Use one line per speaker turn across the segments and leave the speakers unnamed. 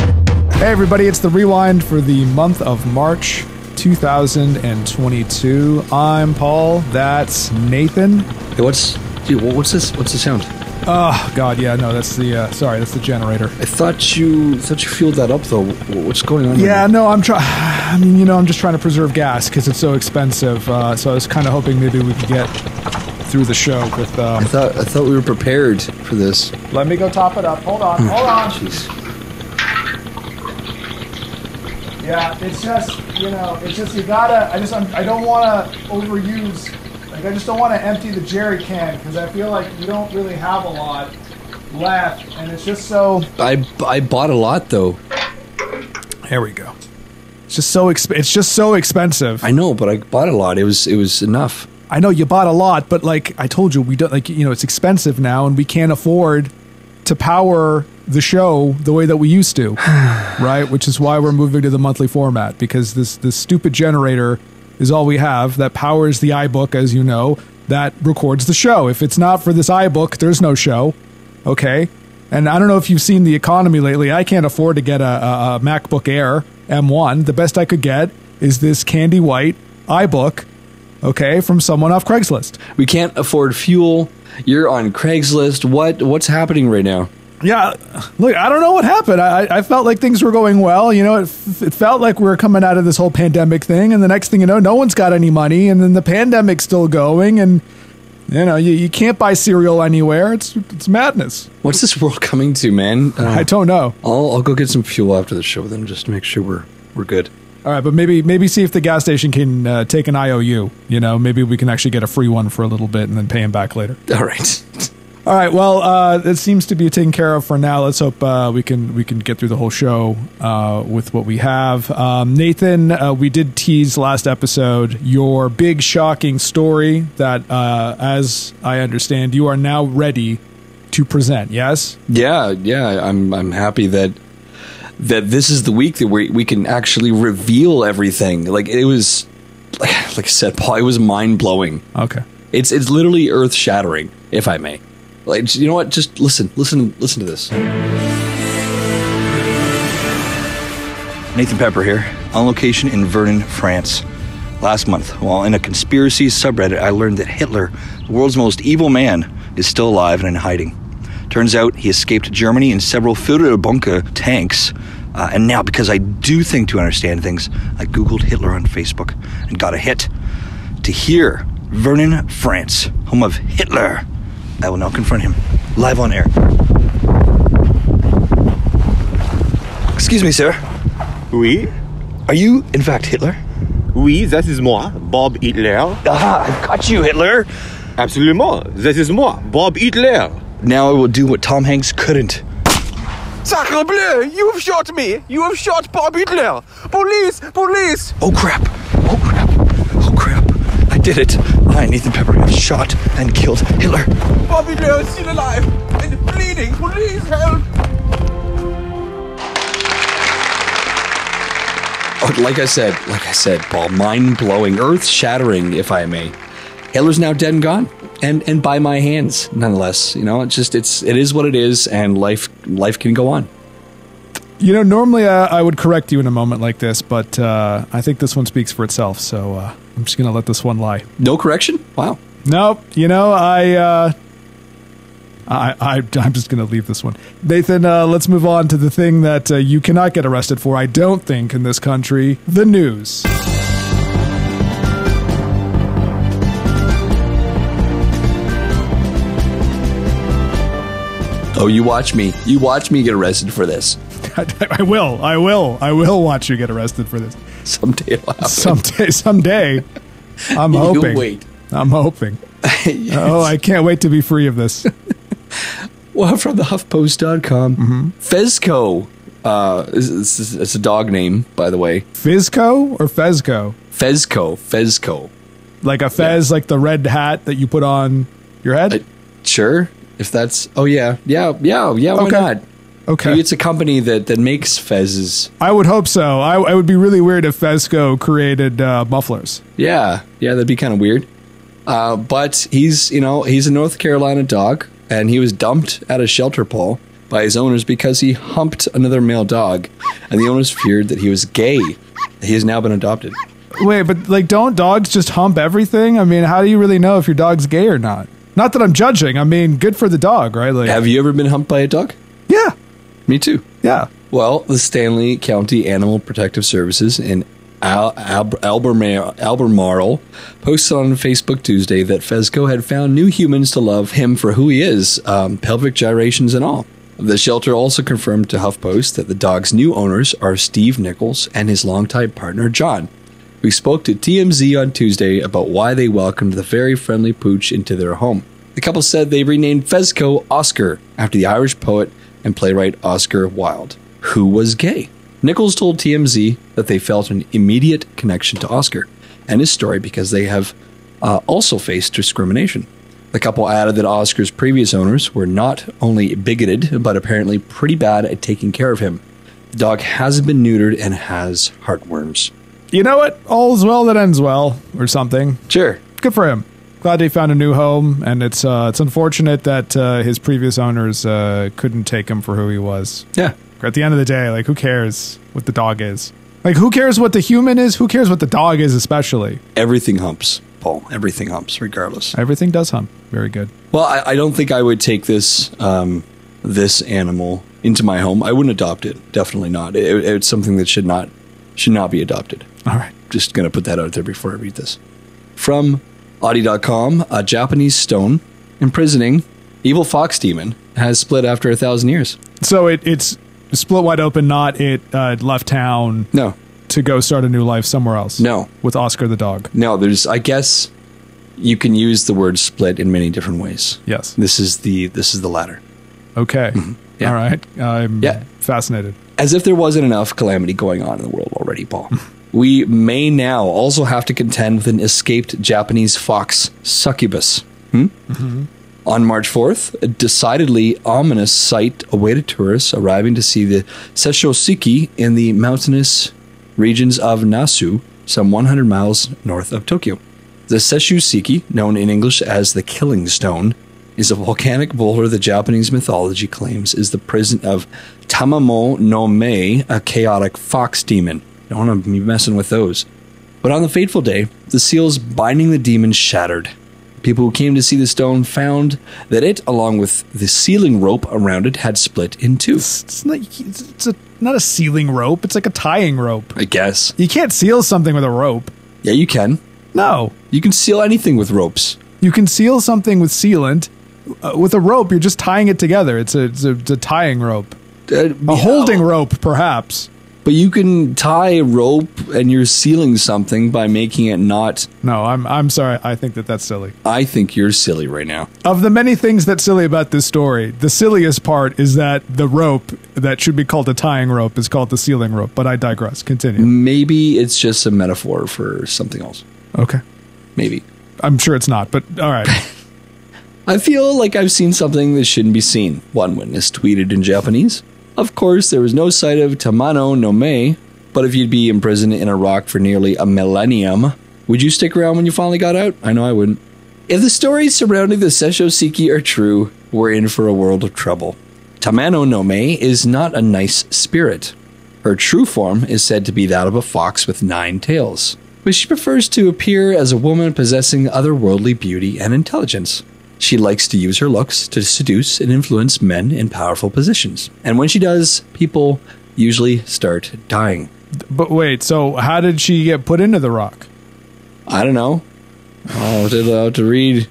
Hey, everybody, it's the rewind for the month of March 2022. I'm Paul, that's Nathan.
Hey, what's dude, wha- what's this? What's the sound?
Oh, God, yeah, no, that's the, uh, sorry, that's the generator.
I thought you thought you fueled that up though. Wh- What's going on?
Yeah,
right
no, I'm trying, I mean, you know, I'm just trying to preserve gas because it's so expensive. Uh, so I was kind of hoping maybe we could get through the show with, um,
now? I thought I thought we were prepared for this.
let me go top it up. Hold on, hold on.
Jeez.
Yeah, it's just, you know, it's just, you gotta, I just, I'm, I don't want to overuse, like, I just don't want to empty the jerry can because I feel like you don't really have a lot left and it's just so.
I I bought a lot though.
There we go. It's just so exp- it's just so expensive. I,
I know, but I bought a lot. It was it was enough.
know you bought a lot, but like I told you, we don't like you know it's expensive now, and we can't afford to power the show the way that we used to, right? Which is why we're moving to the monthly format because this this stupid generator is all we have that powers the iBook, as you know, that records the show. If it's not for this iBook, there's no show. Okay. And I don't know if you've seen the economy lately. I can't afford to get a, a, a MacBook Air M1. The best I could get is this candy white iBook, okay, from someone off Craigslist.
We can't afford fuel. You're on Craigslist. What what's happening right now?
Yeah, look, I don't know what happened. I, I- I felt like things were going well. You know, it, f- it felt like we were coming out of this whole pandemic thing, and the next thing you know, no one's got any money, and then the pandemic's still going, and you know, you, you can't buy cereal anywhere. It's it's madness.
What's this world coming to, man? Uh,
I don't know.
I'll I'll go get some fuel after the show then, just to make sure we're we're good.
All right, but maybe maybe see if the gas station can uh, take an IOU. You know, maybe we can actually get a free one for a little bit and then pay him back later.
All right.
All right, well, uh, it seems to be taken care of for now. Let's hope uh, we can we can get through the whole show uh, with what we have. Um, Nathan, uh, we did tease last episode your big shocking story that, uh, as I understand, you are now ready to present. Yes.
Yeah, yeah, I'm I'm happy that that this is the week that we we can actually reveal everything. Like it was like I said, Paul, it was mind blowing.
Okay.
It's it's literally earth shattering, if I may. Like you know what? Just listen, listen, listen to this.
Nathan Pepper here, on location in Vernon, France. Last month, while in a conspiracy subreddit, I learned that Hitler, the world's most evil man, is still alive and in hiding. Turns out he escaped Germany in several Führerbunker tanks. Uh, and now, because I do think to understand things, I Googled Hitler on Facebook and got a hit. To hear Vernon, France, home of Hitler, I will now confront him live on air. Excuse me, sir.
Oui,
Are you, in fact, Hitler?
oui, that is moi, Bob Hitler.
Aha, I've got you, Hitler!
Absolument, that is moi, Bob Hitler.
Now I will do what Tom Hanks couldn't.
Sacre bleu! You have shot me! You have shot Bob Hitler! Police! Police!
Oh crap! Oh crap! Oh crap! I did it! I, Nathan Pepper, have shot and killed Hitler.
Bob Hitler is still alive and bleeding! Police help!
Oh, Like I said, like I said, Paul, mind blowing, earth shattering, if I may. Hitler's now dead and gone, and and by my hands, nonetheless. You know, it's just it's it is what it is, and life life can go on.
You know, normally uh, I would correct you in a moment like this, but uh, I think this one speaks for itself, so uh, I'm just going to let this one lie.
No correction. Wow.
Nope. You know, I, uh, I, I, I'm just going to leave this one. Nathan, uh, let's move on to the thing that uh, you cannot get arrested for, I don't think, in this country the news.
Oh, you watch me. You watch me get arrested for this.
I, I will. I will. I will watch you get arrested for this.
Someday it'll happen.
Someday, someday. I'm hoping.
wait.
I'm hoping. Oh, I can't wait to be free of this.
Well, from the HuffPost.com. Mm-hmm. Fezco. Uh, is- is- is- it's a dog name, by the way.
Fizco or Fezco?
Fezco. Fezco.
Like a fez, like the red hat that you put on your head?
I- Uh, Sure. If that's. Oh, yeah. Yeah. Yeah. Yeah. Why
Okay.
not?
okay.
Maybe it's a company that, that makes fezes.
I would hope so. I, I would be really weird if Fesco created uh, mufflers.
Yeah. Yeah. That'd be kind of weird. Uh, but he's, you know, he's a North Carolina dog and he was dumped at a shelter pole by his owners because he humped another male dog, and the owners feared that he was gay. He has now been adopted.
Wait, but like, don't dogs just hump everything? I mean, how do you really know if your dog's gay or not? Not that I'm judging. I mean, good for the dog, right? Like,
Have you ever been humped by a dog?
yeah,
Me too.
yeah.
Well, the Stanley County Animal Protective Services in Al- Al- Albemarle, Albemarle posted on Facebook Tuesday that Fezco had found new humans to love him for who he is, um, pelvic gyrations and all. The shelter also confirmed to HuffPost that the dog's new owners are Steve Nichols and his longtime partner John. We spoke to TMZ on Tuesday about why they welcomed the very friendly pooch into their home. The couple said they renamed Fezco Oscar after the Irish poet and playwright Oscar Wilde, who was gay. Nichols told TMZ that they felt an immediate connection to Oscar and his story because they have uh, also faced discrimination. The couple added that Oscar's previous owners were not only bigoted, but apparently pretty bad at taking care of him. The dog has been neutered and has heartworms.
You know what? All's well that ends well, or something.
Sure.
Good for him. Glad he found a new home, and it's uh, it's unfortunate that uh, his previous owners uh, couldn't take him for who he was.
Yeah.
At the end of the day, like, who cares what the dog is? Like, who cares what the human is? Who cares what the dog is? Especially,
Everything humps, Paul. Everything humps, regardless.
everything does hump. Very good.
Well, I, I don't think I would take this um, this animal into my home. I wouldn't adopt it. Definitely not. It, it's something that should not should not be adopted.
All right.
just going to put that out there before I read this. From Audi.com, a Japanese stone imprisoning evil fox demon has split after a thousand years.
So it it's split wide open. Not it uh, left town
No,
to go start a new life somewhere else.
No.
with Oscar the dog.
no, there's, I guess you can use the word split in many different ways.
Yes.
This is the, this is the latter.
Okay.
Mm-hmm. Yeah.
All right. I'm
Yeah.
fascinated.
as if there wasn't enough calamity going on in the world already, Paul. we may now also have to contend with an escaped Japanese fox succubus. Hmm? On March 4th, a decidedly ominous sight awaited tourists arriving to see the Sesshoshiki in the mountainous regions of Nasu, some 100 miles north of Tokyo. The Sesshoshiki, known in English as the Killing Stone, is a volcanic boulder that Japanese mythology claims is the prison of Tamamo no Mei, a chaotic fox demon. Don't want to be messing with those. But on the fateful day, the seals binding the demon shattered. People who came to see the stone found that it, along with the sealing rope around it, had split in two.
It's not. It's a, not a sealing rope. It's like a tying rope.
I guess.
You can't seal something with a rope.
Yeah, you can.
No.
You can seal anything with ropes.
You can seal something with sealant. Uh, with a rope, you're just tying it together. It's a it's a, it's a tying rope,
Uh,
a holding rope, perhaps.
But you can tie a rope and you're sealing something by making it not.
No, I'm I'm sorry. I think that that's silly.
I think you're silly right now.
Of the many things that's silly about this story, the silliest part is that the rope that should be called a tying rope is called the sealing rope. But I digress. Continue.
Maybe it's just a metaphor for something else.
Okay.
Maybe.
I'm sure it's not, but all right.
I feel like I've seen something that shouldn't be seen, one witness tweeted in Japanese. Of course, there was no sight of Tamano no Mei, but if you'd be imprisoned in a rock for nearly a millennium, would you stick around when you finally got out? I know I wouldn't. If the stories surrounding the Sesshoshiki are true, we're in for a world of trouble. Tamano no Mei is not a nice spirit. Her true form is said to be that of a fox with nine tails, but she prefers to appear as a woman possessing otherworldly beauty and intelligence. She likes to use her looks to seduce and influence men in powerful positions, and when she does, people usually start dying.
But wait, so how did she get put into the rock?
I don't know. I'll have to, I'll have to read.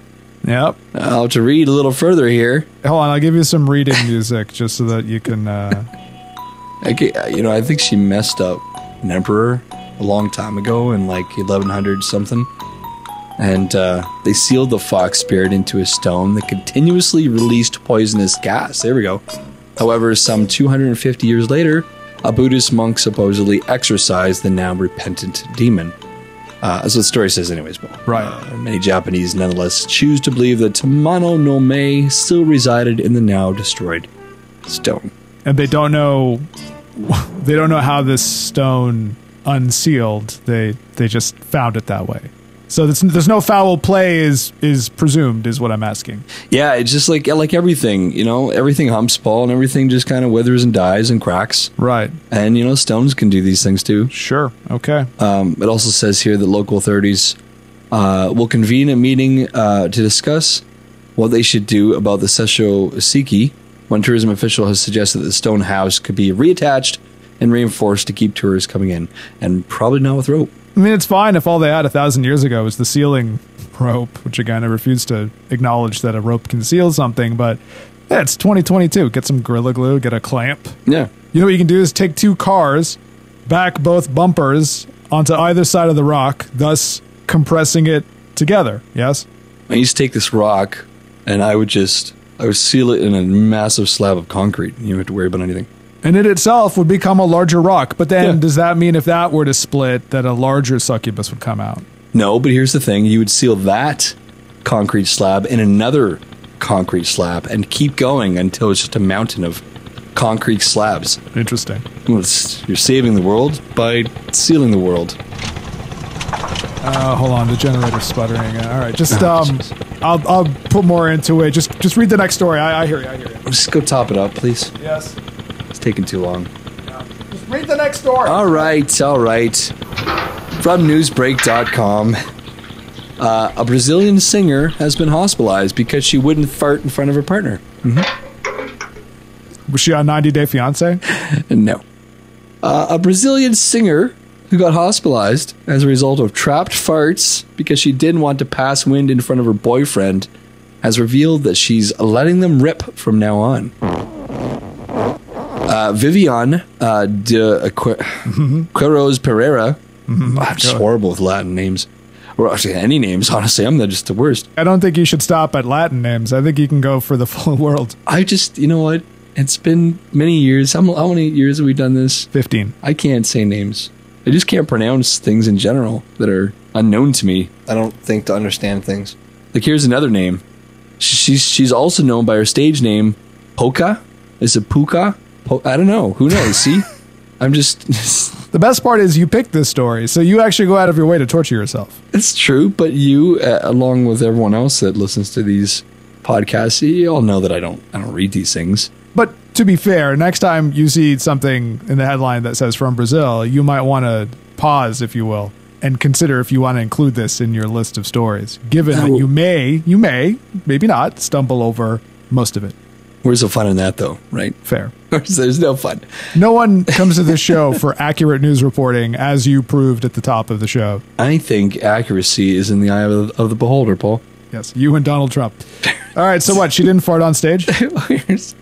Yep.
I'll have to read a little further here.
Hold on, I'll give you some reading music just so that you can. Uh,
I ca- you know, I think she messed up an emperor a long time ago in like 1100 something. And uh, they sealed the fox spirit into a stone that continuously released poisonous gas. There we go. However, some 250 years later, a Buddhist monk supposedly exorcised the now repentant demon. Uh, that's what the story says, anyways. But
Right.
uh, many Japanese nonetheless choose to believe that Tamano no Mei still resided in the now destroyed stone.
and they don't know. They don't know how this stone unsealed. They they just found it that way. So there's, there's no foul play is is presumed is what I'm asking.
Yeah, it's just like like everything, you know, everything humps Paul, and everything just kind of withers and dies and cracks.
Right.
And you know, stones can do these things too.
Sure. Okay.
Um, it also says here that local authorities uh, will convene a meeting uh, to discuss what they should do about the Sesho Siki. One tourism official has suggested that the stone house could be reattached and reinforced to keep tourists coming in, and probably not with rope.
I mean, it's fine if all they had a thousand years ago was the ceiling rope, which again I refuse to acknowledge that a rope can seal something, but yeah, it's 2022. Get some gorilla glue, get a clamp.
Yeah.
You know what you can do is take two cars, back both bumpers onto either side of the rock, thus compressing it together. Yes.
I used to take this rock and I would just I would seal it in a massive slab of concrete. You don't have to worry about anything.
And it itself would become a larger rock. But then
Yeah.
does that mean if that were to split that a larger succubus would come out?
No, but here's the thing: you would seal that concrete slab in another concrete slab and keep going until it's just a mountain of concrete slabs.
Interesting.
Well, it's- You're saving the world by sealing the world.
Uh, hold on, the generator's sputtering. Uh, All right, just um, I'll I'll put more into it. Just just read the next story. I, I hear you. I hear you.
Just go top it up, please.
Yes.
It's taking too long.
Just read the next story.
All right, all right. From newsbreak.com. Uh, a Brazilian singer has been hospitalized because she wouldn't fart in front of her partner.
Was she on 90 Day Fiance?
No. Uh, a Brazilian singer who got hospitalized as a result of trapped farts because she didn't want to pass wind in front of her boyfriend has revealed that she's letting them rip from now on. Uh, Vivian uh, de Aqu- Queiroz Pereira. I'm just horrible with Latin names. Or actually, any names, honestly. I'm the- just the worst.
I don't think you should stop at Latin names. I think you can go for the full world.
I just, you know what? It's been many years. How, m- how many years have we done this?
15.
I can't say names. I just can't pronounce things in general that are unknown to me. I don't think to understand things. Like here's another name. Sh- She's she's also known by her stage name, Poca. Is it Puka? Po- I don't know. Who knows? See, I'm just.
The best part is you picked this story, so you actually go out of your way to torture yourself.
It's true, but you, uh, along with everyone else that listens to these podcasts, you all know that I don't I don't read these things.
But to be fair, next time you see something in the headline that says from Brazil, you might want to pause, if you will, and consider if you want to include this in your list of stories, given that
Oh.
you may, you may, maybe not, stumble over most of it.
Where's the fun in that, though? Right?
Fair.
There's no fun.
No one comes to this show for accurate news reporting, as you proved at the top of the show.
I think accuracy is in the eye of, of the beholder, Paul.
Yes, you and Donald Trump. All right, so what? She didn't fart on stage?
Here's-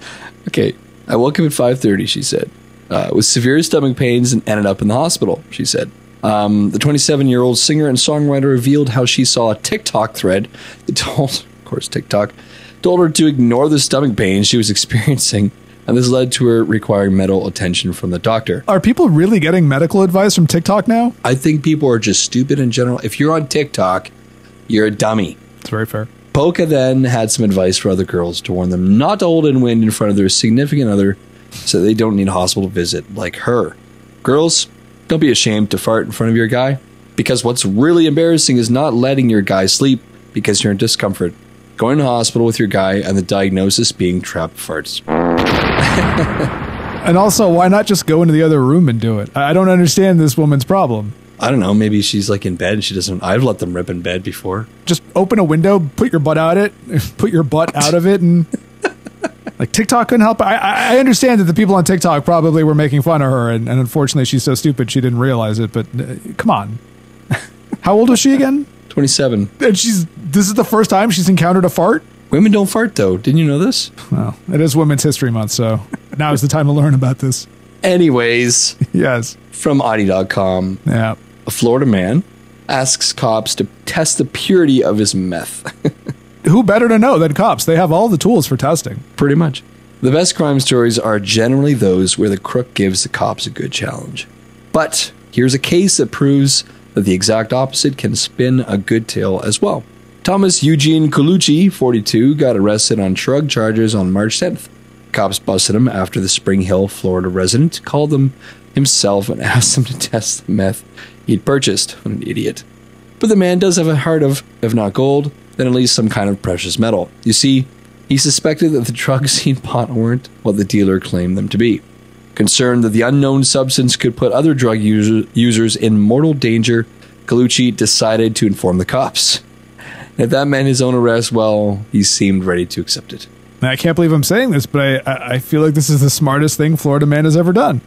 okay, I woke up at 5.30, she said, uh, with severe stomach pains and ended up in the hospital, she said. Um, the 27-year-old singer and songwriter revealed how she saw a TikTok thread that told, of course, TikTok, told her to ignore the stomach pains she was experiencing, and this led to her requiring medical attention from the doctor.
Are people really getting medical advice from TikTok now?
I think people are just stupid in general. If you're on TikTok, you're a dummy.
It's very fair.
Polka then had some advice for other girls to warn them not to hold in wind in front of their significant other so they don't need a hospital visit like her. Girls, don't be ashamed to fart in front of your guy because what's really embarrassing is not letting your guy sleep because you're in discomfort. Going to hospital with your guy and the diagnosis being trapped farts.
And also, why not just go into the other room and do it? I I don't understand this woman's problem.
I don't know, maybe she's like in bed and she doesn't. I've let them rip in bed before.
Just open a window, put your butt out it, put your butt out of it, and like TikTok couldn't help. it. I- I, I understand that the people on TikTok probably were making fun of her, and, and unfortunately, she's so stupid she didn't realize it. But uh, come on, how old was she again?
27.
And she's this is the first time she's encountered a fart.
Women don't fart though. Didn't you know this?
Well, it is Women's History Month, so now is the time to learn about this.
Anyways,
Yes,
from Audi.com.
yeah.
a Florida man asks cops to test the purity of his meth.
Who better to know than cops? They have all the tools for testing.
Pretty much. The best crime stories are generally those where the crook gives the cops a good challenge. But here's a case that proves that the exact opposite can spin a good tale as well. Thomas Eugene Colucci, 42, got arrested on drug charges on March 10th. Cops busted him after the Spring Hill, Florida resident called him himself and asked him to test the meth he'd purchased. What an idiot. But the man does have a heart of, if not gold, then at least some kind of precious metal. You see, he suspected that the drugs he bought weren't what the dealer claimed them to be. Concerned that the unknown substance could put other drug user, users in mortal danger, Colucci decided to inform the cops. And if that meant his own arrest, well, he seemed ready to accept it.
I can't believe I'm saying this, but I, I, I feel like this is the smartest thing Florida Man has ever done.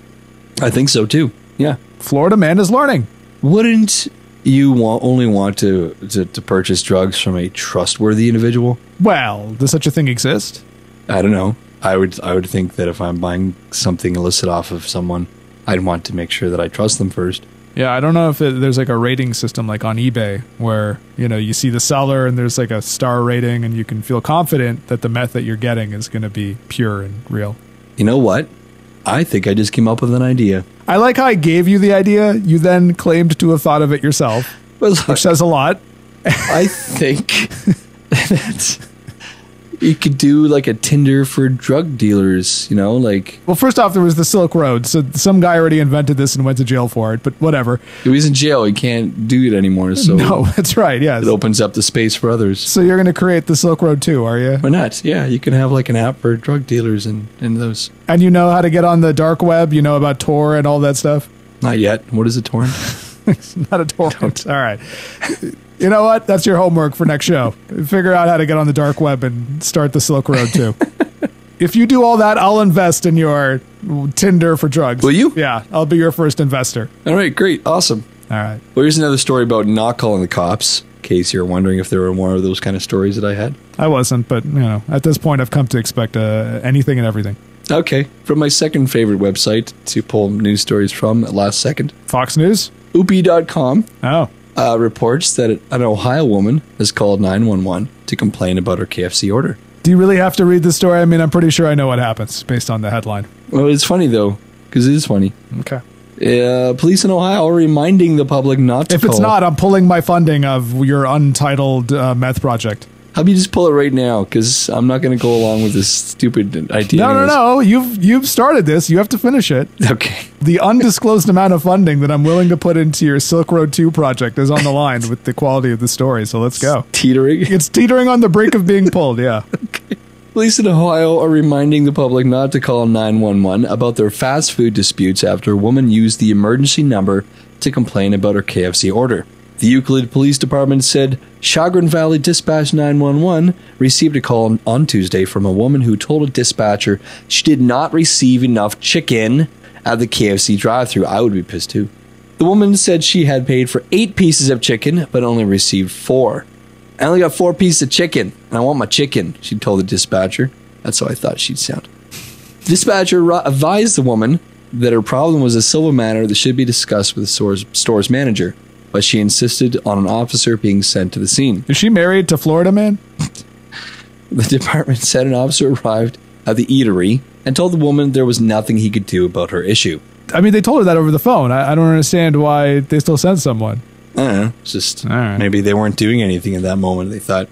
I think so too. Yeah.
Florida Man is learning.
Wouldn't you wa- only want to, to, to purchase drugs from a trustworthy individual?
Well, does such a thing exist?
I don't know. I would I would think that if I'm buying something illicit off of someone, I'd want to make sure that I trust them first.
Yeah, I don't know if it, there's like a rating system like on eBay where, you know, you see the seller and there's like a star rating and you can feel confident that the meth that you're getting is going to be pure and real.
You know what? I think I just came up with an idea.
I like how I gave you the idea. You then claimed to have thought of it yourself,
But look,
which says a lot.
I think that you could do like a Tinder for drug dealers, you know, like
Well, first off, there was the Silk Road. So some guy already invented this and went to jail for it, but whatever.
if he's in jail, he can't do it anymore, so
No, that's right. Yes.
it opens up the space for others.
So you're going to create the Silk Road too, are you?
Why not? Yeah, you can have like an app for drug dealers and, and those.
And you know how to get on the dark web. You know about Tor and all that stuff.
Not yet. What is a torrent?
Not a torrent. All right. You know what? That's your homework for next show. Figure out how to get on the dark web and start the Silk Road too. if you do all that, I'll invest in your Tinder for drugs.
Will you?
Yeah, I'll be your first investor.
All right, great, awesome.
All right.
Well, here's another story about not calling the cops. In case you're wondering if there were more of those kind of stories that I had.
I wasn't, but you know, at this point, I've come to expect uh, anything and everything.
Okay, from my second favorite website to pull news stories from at last second,
Fox News.
Oopie.com
Oh,
uh, reports that an Ohio woman has called 911 to complain about her KFC order.
do you really have to read the story? I mean, I'm pretty sure I know what happens based on the headline.
Well, it's funny though, because it is funny.
Okay.
Uh, police in Ohio are reminding the public not to
If it's
call.
not, I'm pulling my funding of your untitled uh, meth project.
How about you just pull it right now? Because I'm not going to go along with this stupid idea.
No, no, no. You've you've started this. You have to finish it.
no. Okay.
The undisclosed amount of funding that I'm willing to put into your Silk Road 2 project is on the line with the quality of the story. So let's go.
Teetering.
It's teetering on the brink of being pulled. Yeah.
Police in Ohio are reminding the public not to call 911 about their fast food disputes after a woman used the emergency number to complain about her KFC order. The Euclid Police Department said Chagrin Valley Dispatch 911 received a call on Tuesday from a woman who told a dispatcher she did not receive enough chicken at the KFC drive thru. I would be pissed too. The woman said she had paid for eight pieces of chicken but only received four. I only got four pieces of chicken, and I want my chicken, she told the dispatcher. That's how I thought she'd sound. The dispatcher ri- advised the woman that her problem was a civil matter that should be discussed with the store's, store's manager, but she insisted on an officer being sent to the scene.
Is she married to Florida man?
The department said an officer arrived at the eatery and told the woman there was nothing he could do about her issue.
I mean, they told her that over the phone. I, I don't understand why they still sent someone.
I don't know, Uh-huh. it's just
right.
maybe they weren't doing anything at that moment. They thought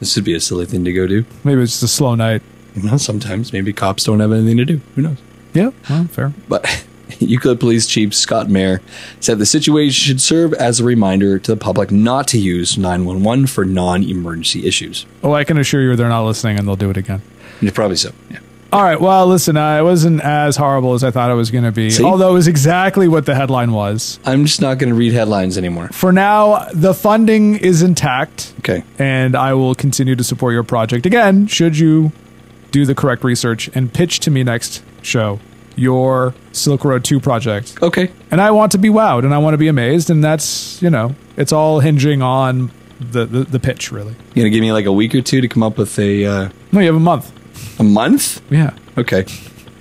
this would be a silly thing to go do.
Maybe it's just a slow night.
You know, sometimes maybe cops don't have anything to do. Who knows?
Yeah. Well, fair.
But Euclid Police Chief Scott Mayer said the situation should serve as a reminder to the public not to use 911 for non emergency issues.
Oh, I can assure you they're not listening and they'll do it again.
Yeah, Probably so. Yeah.
All right. Well, listen, uh, it wasn't as horrible as I thought it was going to be,
See?
although it was exactly what the headline was.
I'm just not going to read headlines anymore.
For now, the funding is intact.
Okay.
and I will continue to support your project. Again, should you do the correct research and pitch to me next show your Silk Road 2 project.
Okay.
And I want to be wowed and I want to be amazed. And that's, you know, it's all hinging on the, the, the pitch, really.
You going to give me like a week or two to come up with a, uh,
No, you have a month.
a month?
Yeah.
Okay.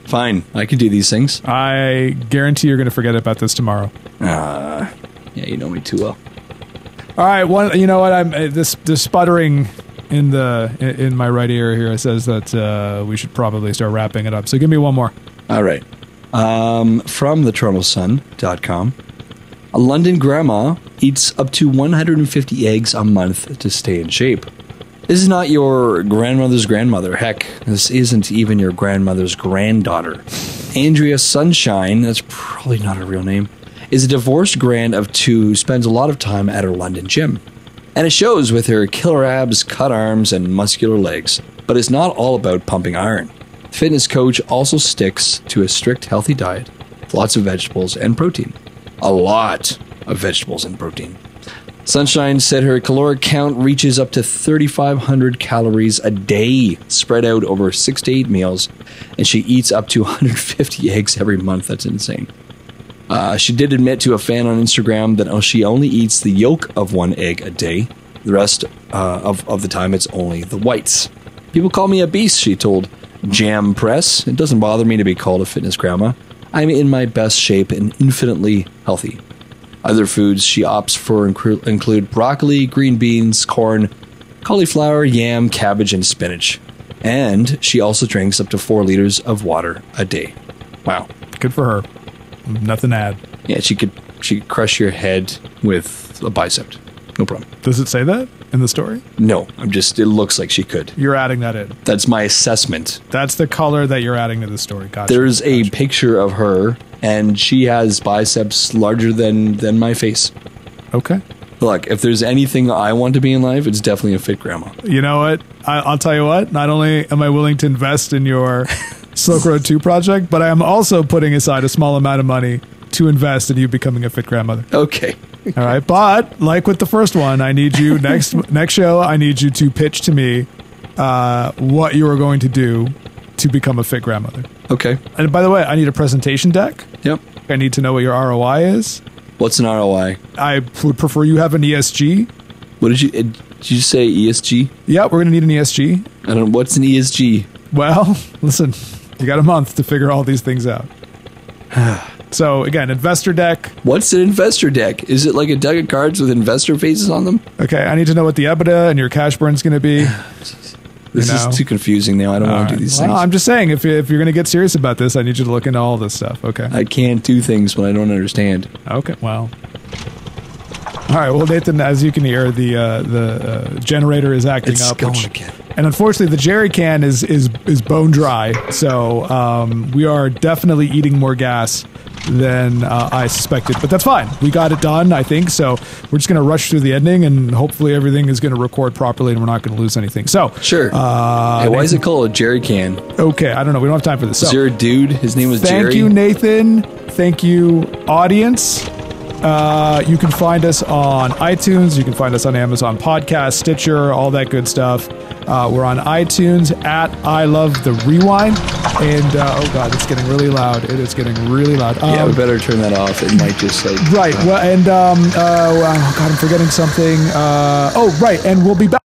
Fine. I can do these things.
I guarantee you're going to forget about this tomorrow.
Yeah, you know me too well.
All right, one. You know what? I'm uh, this this sputtering in the in- in my right ear here says that uh, we should probably start wrapping it up. So give me one more.
All right. Um, from the TorontoSun.com. A London grandma eats up to 150 eggs a month to stay in shape. This is not your grandmother's grandmother. Heck, this isn't even your grandmother's granddaughter. Andrea Sunshine, that's probably not her real name, is a divorced grand of two who spends a lot of time at her London gym. And it shows with her killer abs, cut arms, and muscular legs. But it's not all about pumping iron. Fitness coach also sticks to a strict healthy diet, lots of vegetables and protein. A lot of vegetables and protein. Sunshine said her caloric count reaches up to 3,500 calories a day, spread out over six to eight meals, and she eats up to 150 eggs every month. That's insane. Uh, she did admit to a fan on Instagram that oh, she only eats the yolk of one egg a day. The rest uh, of, of the time, it's only the whites. People call me a beast, she told Jam Press. It doesn't bother me to be called a fitness grandma. I'm in my best shape and infinitely healthy. Other foods she opts for incru- include broccoli, green beans, corn, cauliflower, yam, cabbage, and spinach. And she also drinks up to four liters of water a day. Wow.
Good for her. Nothing to add.
Yeah, she could she could crush your head with a bicep. No problem.
Does it say that in the story?
No, I'm just it looks like she could.
You're adding that in.
That's my assessment.
That's the color that you're adding to the story. Gotcha.
There's a picture of her and she has biceps larger than than my face.
okay.
Look, if there's anything I want to be in life, it's definitely a fit grandma.
You know what? I, I'll tell you what. Not only am I willing to invest in your Silk Road Two project, but I am also putting aside a small amount of money to invest in you becoming a fit grandmother.
Okay.
All right, but like with the first one, I need you next next show. I need you to pitch to me uh, what you are going to do to become a fit grandmother.
Okay.
And by the way, I need a presentation deck.
Yep.
I need to know what your ROI is.
What's an ROI?
I would prefer you have an E ESG.
What did you uh, did you say ESG?
Yeah, we're going to need an ESG.
I don't what's an E ESG?
Well, listen, you got a month to figure all these things out. so again, investor deck.
What's an investor deck? Is it like a deck of cards with investor faces on them?
Okay, I need to know what the EBITDA and your cash burn's going to be.
This
know.
is too confusing now. I don't want to do these
Well,
things.
I'm just saying, if, if you're going to get serious about this, I need you to look into all this stuff. Okay.
I can't do things when I don't understand.
Okay. Well. All right. Well, Nathan, as you can hear, the uh, the uh, generator is acting
It's
up,
going again.
and unfortunately, the jerry can is is is bone dry. So um, we are definitely eating more gas than uh, I suspected, but that's fine. We got it done, I think. So we're just going to rush through the ending, and hopefully, everything is going to record properly, and we're not going to lose anything. So
Sure.
Uh,
Hey, why is it called a jerry can?
okay. I don't know. We don't have time for this. So,
Is there a dude? His name was
Thank
Jerry.
you, Nathan. Thank you, audience. Uh, you can find us on iTunes. You can find us on Amazon Podcast, Stitcher, all that good stuff. Uh, we're on iTunes at I Love the Rewind. And uh, oh god, it's getting really loud. It is getting really loud. Um,
yeah, we better turn that off. It might just like
right. Well, and um, uh, oh god, I'm forgetting something. Uh, oh right, and we'll be back.